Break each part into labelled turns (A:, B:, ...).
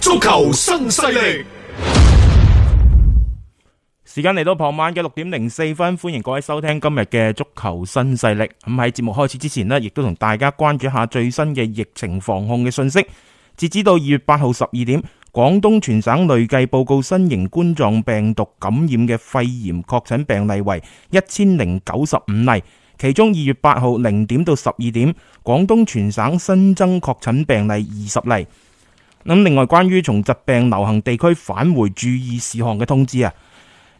A: 足球新勢力，
B: 時間嚟到傍晚嘅六點零四分，歡迎各位收聽今日嘅足球新勢力。咁喺節目開始之前呢，亦都同大家關注下最新嘅疫情防控嘅信息。截止到二月八號十二點，廣東全省累計報告新型冠狀病毒感染嘅肺炎確診病例為一千零九十五例，其中二月八號零點到十二點，廣東全省新增確診病例二十例。咁另外，關於從疾病流行地區返回注意事項嘅通知啊，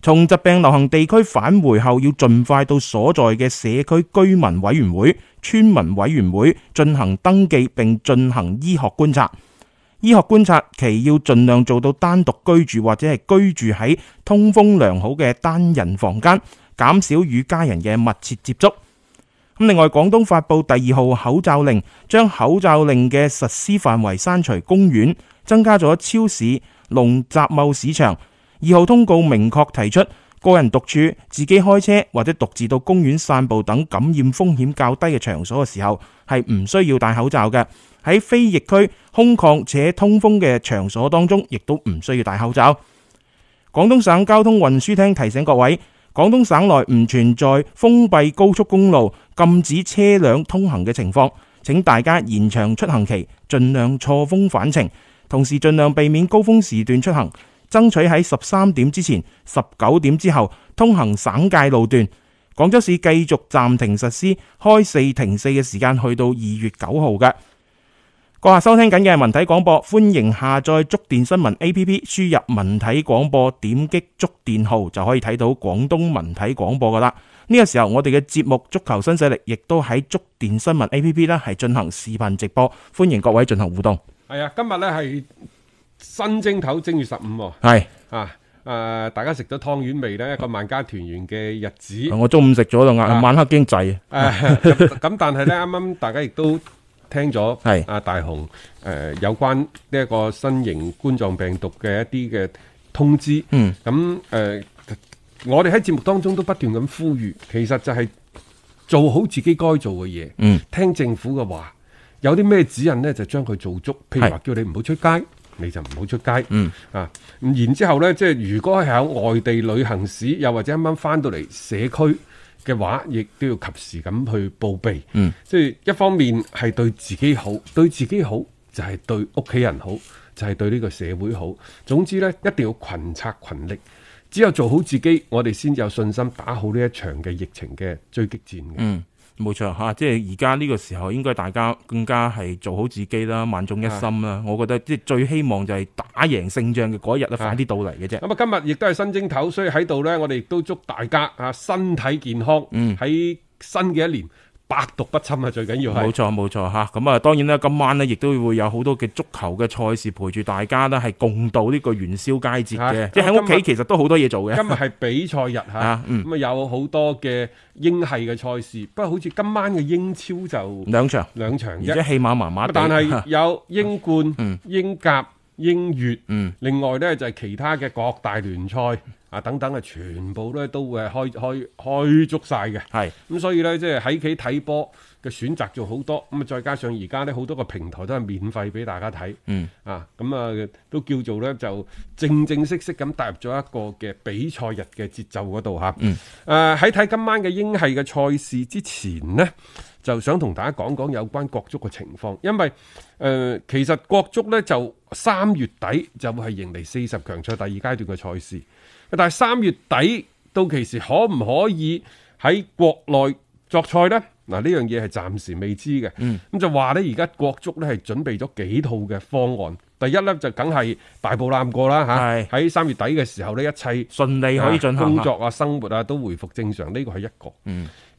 B: 從疾病流行地區返回後，要盡快到所在嘅社區居民委員會、村民委員會進行登記並進行醫學觀察。醫學觀察期要盡量做到單獨居住或者係居住喺通風良好嘅單人房間，減少與家人嘅密切接觸。咁另外，廣東發布第二號口罩令，將口罩令嘅實施範圍刪除公園，增加咗超市、農集貿市場。二號通告明確提出，個人獨處、自己開車或者獨自到公園散步等感染風險較低嘅場所嘅時候，係唔需要戴口罩嘅。喺非疫區、空曠且通風嘅場所當中，亦都唔需要戴口罩。廣東省交通運輸廳提醒各位，廣東省內唔存在封閉高速公路禁止車輛通行嘅情況，請大家延長出行期，盡量錯峰返程，同時盡量避免高峰時段出行，爭取喺十三點之前、十九點之後通行省界路段。廣州市繼續暫停實施開四停四嘅時間，去到二月九號嘅。閣下收聽緊嘅係文體廣播，歡迎下載觸電新聞 A P P，輸入文體廣播，點擊觸電號就可以睇到廣東文體廣播噶啦。呢、個時候我哋嘅節目《足球新勢力》亦都喺觸電新聞 A P P 呢係進行視頻直播，歡迎各位進行互動。
C: 係啊，今日咧係新正頭，正月十五喎，
B: 係
C: 啊，誒、大家食咗湯圓未呢？一個萬家團圓嘅日子，誒、
B: 我中午食咗啦，
C: 啊
B: 晏晚黑經濟
C: 咁咁但係呢，啱啱大家亦都聽咗
B: 係
C: 阿大雄誒、有關呢一個新型冠狀病毒嘅一啲嘅通知，
B: 嗯，
C: 咁誒、我哋喺節目當中都不斷咁呼籲，其實就係做好自己該做嘅嘢，
B: 嗯，
C: 聽政府嘅話，有啲咩指引呢？就將佢做足，譬如話
B: 係
C: 叫你唔好出街。你就唔好出街，
B: 嗯
C: 啊，咁然之後呢，即係如果係喺外地旅行史，又或者啱啱翻到嚟社區嘅話，亦都要及時咁去報備，
B: 嗯，
C: 即係一方面係對自己好，對自己好就係對屋企人好，就係對呢個社會好。總之呢，一定要群策群力，只有做好自己，我哋先有信心打好呢一場嘅疫情嘅追擊戰嘅。
B: 嗯，冇錯吓，即係而家呢個時候應該大家更加係做好自己啦，萬眾一心
C: 啊
B: 啦。我覺得即係最希望就係打贏勝仗嘅嗰一日咧，快啲到嚟嘅啫。
C: 咁啊，今日亦都係新正頭，所以喺度呢，我哋亦都祝大家啊身體健康，
B: 嗯
C: 喺新嘅一年百毒不侵啊，最緊要
B: 冇
C: 係。
B: 錯冇錯吓，咁啊當然啦，今晚呢亦都會有好多嘅足球嘅賽事陪住大家呢，係共度呢個元宵佳節嘅，
C: 係
B: 即係喺屋
C: 啊今日
B: 企其實都好多嘢做嘅。
C: 今日係比 賽日嚇，咁
B: 啊
C: 啊、
B: 嗯
C: 有好多嘅英系嘅賽事，不過好似今晚嘅英超就
B: 兩場，
C: 兩場
B: 而
C: 啫
B: 且。戲碼麻麻地，啊
C: 但係
B: 嚇
C: 有英冠、英甲、英乙，
B: 嗯
C: 另外呢，就係、其他嘅各大聯賽啊等等啊，全部呢都會係開開開足晒嘅。
B: 係
C: 咁所以呢，即係喺屋企睇波嘅選擇仲好多，咁啊再加上而家呢，好多個平台都係免費俾大家睇，
B: 嗯
C: 啊咁啊都叫做呢，就正正式式咁踏入咗一個嘅比賽日嘅節奏嗰度嚇。誒喺睇今晚嘅英系嘅賽事之前呢，就想同大家講講有關國足嘅情況，因為誒、呃其實國足呢，就三月底就會係迎嚟四十強賽第二階段嘅賽事，但係三月底到期時可唔可以喺國內作賽呢？嗱，呢樣嘢係暫時未知嘅。咁、
B: 嗯
C: 就話呢，而家國足呢係準備咗幾套嘅方案。第一呢，就梗係大步攬過啦
B: 係
C: 嚇，喺三月底嘅時候呢，一切
B: 順利可以進行嗯
C: 工
B: 啊
C: 作啊、生活啊都回復正常，呢個係一個。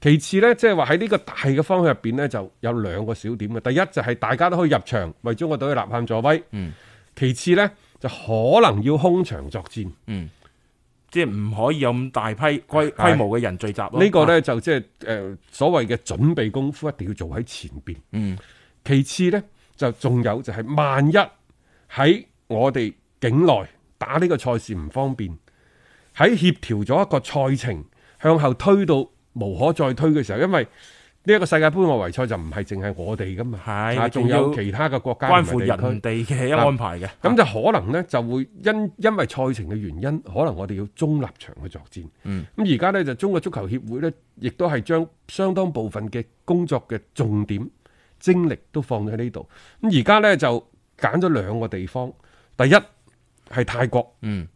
C: 其次呢，即係話喺呢個大嘅方向入邊呢，就有兩個小點嘅。第一就係大家都可以入場為中國隊去吶喊助威。
B: 嗯
C: 其次呢，就可能要空場作戰。
B: 即係唔可以有咁大批規規模嘅人聚集咯。
C: 呢個呢，就即係誒所謂嘅準備功夫一定要做喺前邊。
B: 嗯
C: 其次呢，就仲有就係萬一喺我哋境內打呢個賽事唔方便，喺協調咗一個賽程向後推到無可再推嘅時候，因為呢一個世界盃外圍賽就唔係淨係我哋噶嘛，
B: 係
C: 啊仲有
B: 仲要
C: 其他嘅國家
B: 啊關
C: 同
B: 乎
C: 埋
B: 人
C: 地區
B: 哋嘅安排嘅。
C: 咁就可能呢，就會因因為賽程嘅原因，可能我哋要中立場去作戰。
B: 嗯
C: 咁而家呢，就中國足球協會呢，亦都係將相當部分嘅工作嘅重點精力都放咗喺呢度。咁而家呢，就揀咗兩個地方，第一係泰國。
B: 嗯，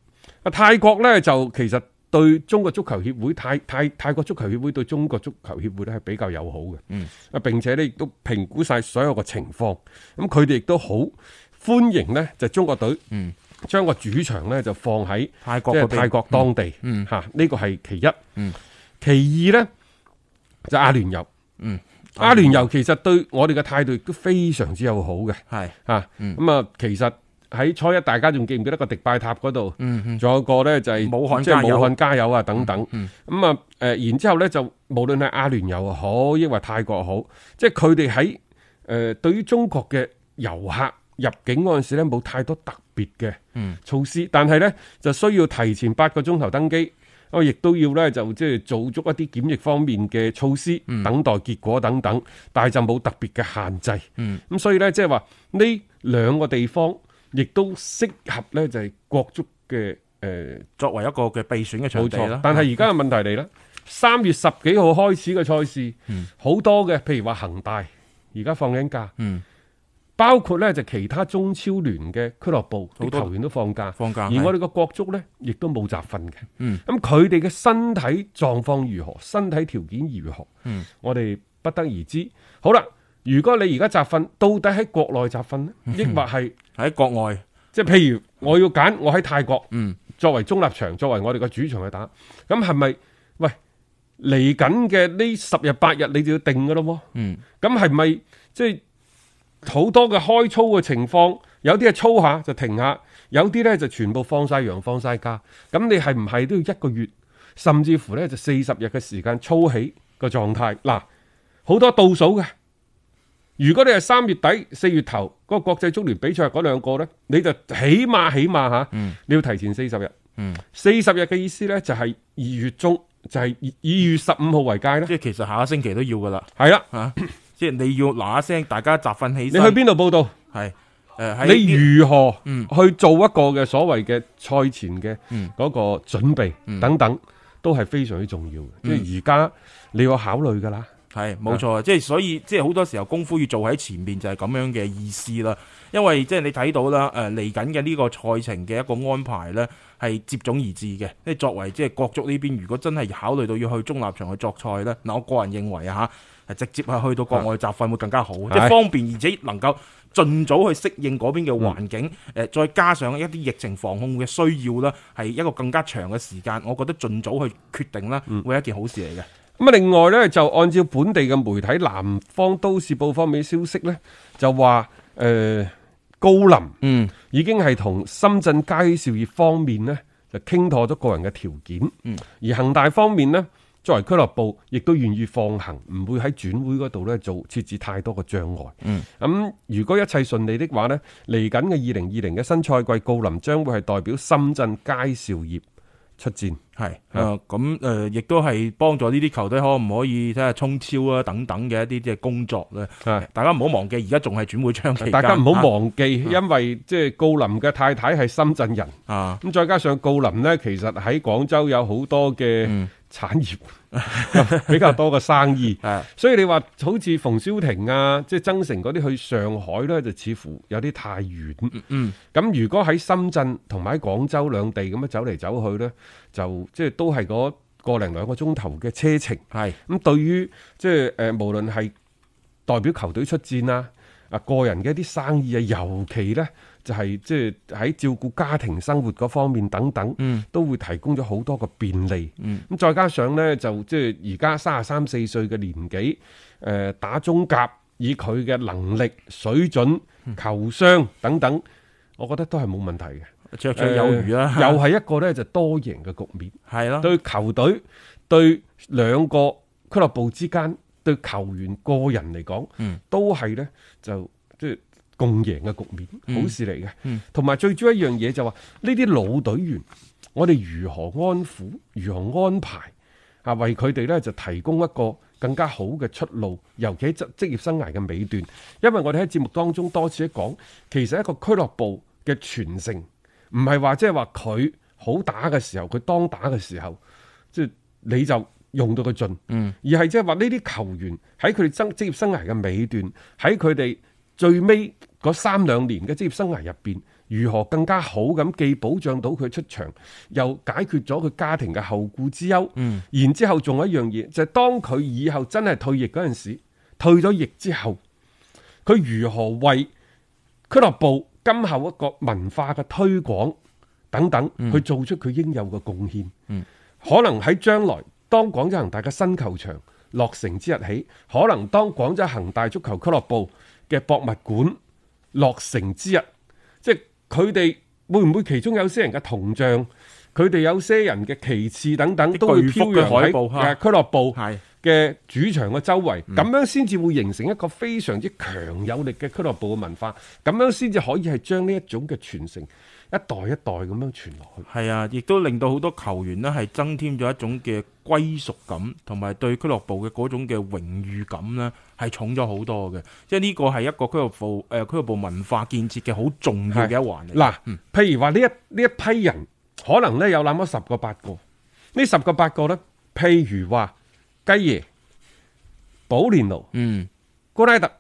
C: 啊泰國呢，就其實對中國足球協會、泰泰泰國足球協會對中國足球協會呢係比較友好嘅。嗯，啊並且呢亦都評估晒所有嘅情況，咁佢哋亦都好歡迎呢就中國隊。嗯。將個主場呢就放喺
B: 泰國
C: 即係
B: 嗰邊
C: 泰國當地嚇，呢、
B: 嗯
C: 個係其一。其二呢，就阿聯酋。
B: 嗯，
C: 阿聯酋其實對我哋嘅態度亦都非常之友好嘅。
B: 係
C: 啊，
B: 嗯
C: 咁啊，其實喺初一大家仲記唔記得個迪拜塔嗰度？仲有個呢就係
B: 嗯武漢
C: 即係
B: 加油嗯
C: 武漢加油啊等等。咁啊，誒，然之後呢，就無論係阿聯酋又好，抑或泰國又好，即係佢哋喺誒對於中國嘅遊客入境嗰陣時咧，冇太多特別嘅
B: 嗯
C: 措施，但係呢，就需要提前八個鐘頭登機。我哦亦都要呢，就即係做足一啲檢疫方面嘅措施，等待結果等等，但係就冇特別嘅限制。咁、所以呢，即係話呢兩個地方亦都適合呢，就係、國足嘅誒、呃
B: 作為一個嘅備選嘅場
C: 冇
B: 地啦
C: 錯，。但係而家嘅問題嚟啦，三月十幾號開始嘅賽事，好、多嘅，譬如話恒大而家放緊假，
B: 嗯
C: 包括呢就其他中超聯嘅俱樂部啲
B: 好多
C: 球員都放假，
B: 放假
C: 而
B: 係
C: 我哋個國足呢，亦都冇集訓嘅。
B: 嗯
C: 咁佢哋嘅身體狀況如何，身體條件如何，
B: 嗯
C: 我哋不得而知。好啦，如果你而家集訓，到底喺國內集訓 呢？抑或係？
B: 喺國外
C: 即係譬如我要揀，我喺泰國，
B: 嗯
C: 作為中立場，作為我哋個主場去打，咁係咪？喂，嚟緊嘅呢十日八日你就要定噶咯
B: 嗯
C: 喎，咁係咪即係好多嘅開操嘅情況？有啲係操下就停下，有啲呢就全部放晒羊放晒假。咁你係唔係都要一個月，甚至乎呢就四十日嘅時間操起個狀態？嗱，好多倒數嘅。如果你係三月底四月頭嗰、個國際足聯比賽嗰兩個呢，你就起碼起碼嚇，
B: 嗯
C: 你要提前四十日。四十日嘅意思呢，就係二月中，就係二二月十五號為界啦。
B: 即係其實下個星期都要噶啦
C: 係啦，
B: 嚇，即係你要嗱一聲，大家集訓起
C: 你去
B: 身。
C: 邊度報道？
B: 係誒喺
C: 你
B: 呢
C: 如何
B: 嗯
C: 去做一個嘅所謂嘅賽前嘅
B: 嗯
C: 嗰個準備等等，都係非常之重要嘅。即係而家你要考慮㗎啦。
B: 係冇錯，啊即係所以即係好多時候功夫要做喺前面就係咁樣嘅意思啦。因為即係你睇到啦，誒嚟緊嘅呢個賽程嘅一個安排呢，係接踵而至嘅。即係作為即係國足呢邊，如果真係考慮到要去中立場去作賽呢，嗱，我個人認為啊嚇，係直接係去到國外集訓會更加好，即係方便而且能夠盡早去適應嗰邊嘅環境。誒、再加上一啲疫情防控嘅需要啦，係一個更加長嘅時間，我覺得盡早去決定啦，會係一件好事嚟嘅。
C: 咁啊，另外呢，就按照本地嘅媒體《南方都市報》方面嘅消息呢，就話誒、呃高林
B: 嗯。
C: 已經係同深圳佳兆業方面呢，就傾妥咗個人嘅條件，
B: 嗯、
C: 而恒大方面呢，作為俱樂部亦都願意放行，唔會喺轉會嗰度呢做設置太多嘅障礙。咁、
B: 嗯
C: 如果一切順利的話呢，嚟緊嘅二零二零嘅新賽季，郜林將會係代表深圳佳兆業出戰。
B: 系啊，咁诶，亦都係幫助呢啲球隊可唔可以睇下衝超啊等等嘅一啲即係工作咧。
C: 係
B: 大家唔好忘記，而家仲係轉會窗期間
C: 啊大家唔好忘記，因為即係郜林嘅太太係深圳人，
B: 啊，
C: 咁再加上郜林呢，其實喺廣州有好多嘅
B: 嗯
C: 產業， 比較多嘅生 意
B: 係，
C: 所以你話好似馮瀟霆啊，即係曾誠嗰啲去上海呢，就似乎有啲太遠。
B: 嗯，
C: 咁如果喺深圳同埋喺廣州兩地咁樣走嚟走去呢，就即係都係嗰個零兩個鐘頭嘅車程。
B: 係
C: 咁對於即係誒，無論係代表球隊出戰啦，啊個人嘅一啲生意啊，尤其呢就係即係喺照顧家庭生活嗰方面等等，
B: 嗯
C: 都會提供咗好多個便利。
B: 嗯
C: 咁再加上呢，就即係而家三十三四歲嘅年紀，誒、呃打中甲，以佢嘅能力、水準、
B: 嗯
C: 球商等等，我覺得都係冇問題嘅。
B: 綽綽有餘啦，
C: 誒又係一個呢，就多贏嘅局面。
B: 係啦，
C: 對球隊、對兩個俱樂部之間、對球員個人嚟講，
B: 嗯
C: 都係呢，就即係共贏嘅局面，
B: 嗯
C: 好事嚟嘅
B: 嗯。
C: 同埋、最主要一樣嘢就話呢啲老隊員，我哋如何安撫、如何安排啊，為佢哋呢就提供一個。更加好嘅出路，尤其喺職職業生涯嘅尾段，因為我哋喺節目當中多次講，其實一個俱樂部嘅傳承，唔係話即係話佢好打嘅時候，佢當打嘅時候，即係你就用到佢盡，
B: 嗯
C: 而係即係話呢啲球員喺佢哋生職業生涯嘅尾段，喺佢哋最尾嗰三兩年嘅職業生涯入邊，如何更加好咁既保障到佢出場，又解決咗佢家庭嘅後顧之憂，
B: 嗯
C: 然之後仲有一樣嘢就係、當佢以後真係退役嗰陣時，退咗役之後，佢如何為俱樂部今後一個文化嘅推廣等等，
B: 嗯
C: 去做出佢應有嘅貢獻。可能喺將來，當廣州恒大嘅新球場落成之日起，可能當廣州恒大足球俱樂部嘅博物館落成之日，即係佢哋會唔會其中有些人嘅銅像，佢哋有些人嘅旗幟等等，都會
B: 巨
C: 飄
B: 幅嘅
C: 揚喺誒
B: 海報
C: 俱樂部
B: 係
C: 嘅主場嘅周圍，咁樣先至會形成一個非常之強有力嘅俱樂部嘅文化，咁樣先至可以係將呢一種嘅傳承一代一代咁樣傳落去。
B: 係啊，亦都令到好多球員呢係增添咗一種嘅歸屬感，同埋對俱樂部嘅嗰種嘅榮譽感呢係重咗好多嘅。即係呢個係一個俱樂部誒俱樂部文化建設嘅好重要嘅嗯一環嚟。
C: 嗱，譬如話呢一呢一批人，可能咧有那麼十個八個，呢十個八個咧，譬如話雞爺、保連奴、
B: 嗯
C: 高拉特、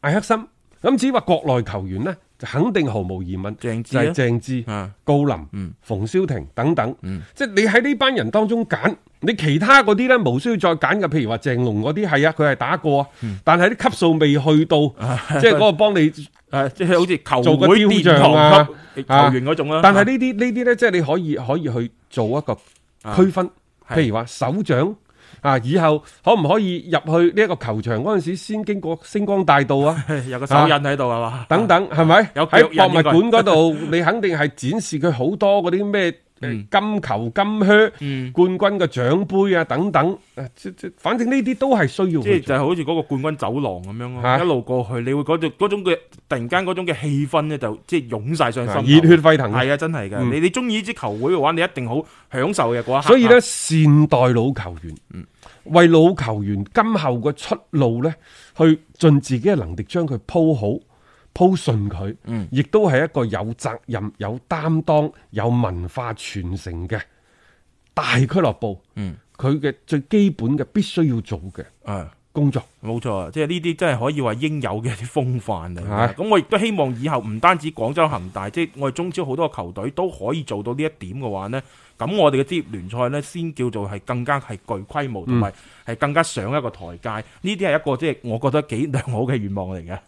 C: 艾克森，咁至於話國內球員呢，就肯定毫無疑問，
B: 鄭智
C: 就
B: 啊
C: 係鄭智、
B: 啊
C: 郜林、
B: 嗯
C: 馮瀟霆等等，
B: 嗯
C: 即係你喺呢班人當中揀，你其他嗰啲呢，無需要再揀嘅，譬如話鄭龍嗰啲係啊，佢係打過啊，
B: 嗯
C: 但係啲級數未去到，
B: 啊
C: 即係嗰個幫你。
B: 誒，啊即係好似球
C: 做個
B: 會
C: 雕
B: 殿
C: 像啊
B: 堂級球員嗰種啦。
C: 但係呢啲呢啲咧，即係你可以可以去做一個區分，
B: 係
C: 譬如話首長啊，以後可唔可以入去呢一個球場嗰陣時，先經過星光大道啊？
B: 有個手印喺度係嘛？
C: 等等，係咪？
B: 有腳印
C: 喺博物館嗰度， 你肯定係展示佢好多嗰啲咩
B: 嗯
C: 誒金球、金靴、
B: 嗯
C: 冠軍嘅獎杯啊等等，誒即即反正呢啲都係需要
B: 即係
C: 去
B: 就
C: 做。
B: 係好似嗰個冠軍走廊咁樣
C: 嚇
B: 咯，一路過去，你會嗰種嗰種嘅突然間嗰種嘅氣氛咧，就即係湧晒上
C: 啊
B: 心頭。
C: 熱血沸騰嘅
B: 係啊，真係嘅。
C: 嗯
B: 你你中意呢支球會嘅話，你一定好享受嘅嗰一刻。啊
C: 所以咧，善待老球員，為老球員今後嘅出路咧，去盡自己嘅能力將佢鋪好、鋪順佢，亦都係一個有責任、有擔當、有文化傳承嘅大俱樂部，佢嘅最基本嘅必須要做嘅
B: 啊，
C: 工作。
B: 冇錯，即係呢啲真係可以話應有嘅一啲風範嚟
C: 係
B: 嘅。咁我亦都希望以後唔單止廣州恒大，即係我哋中超好多球隊都可以做到呢一點嘅話呢。咁我哋嘅職業聯賽呢，先叫做係更加係具 規模，同埋係更加上一個台階。呢啲係一個即係我覺得幾良好嘅願望嚟嘅。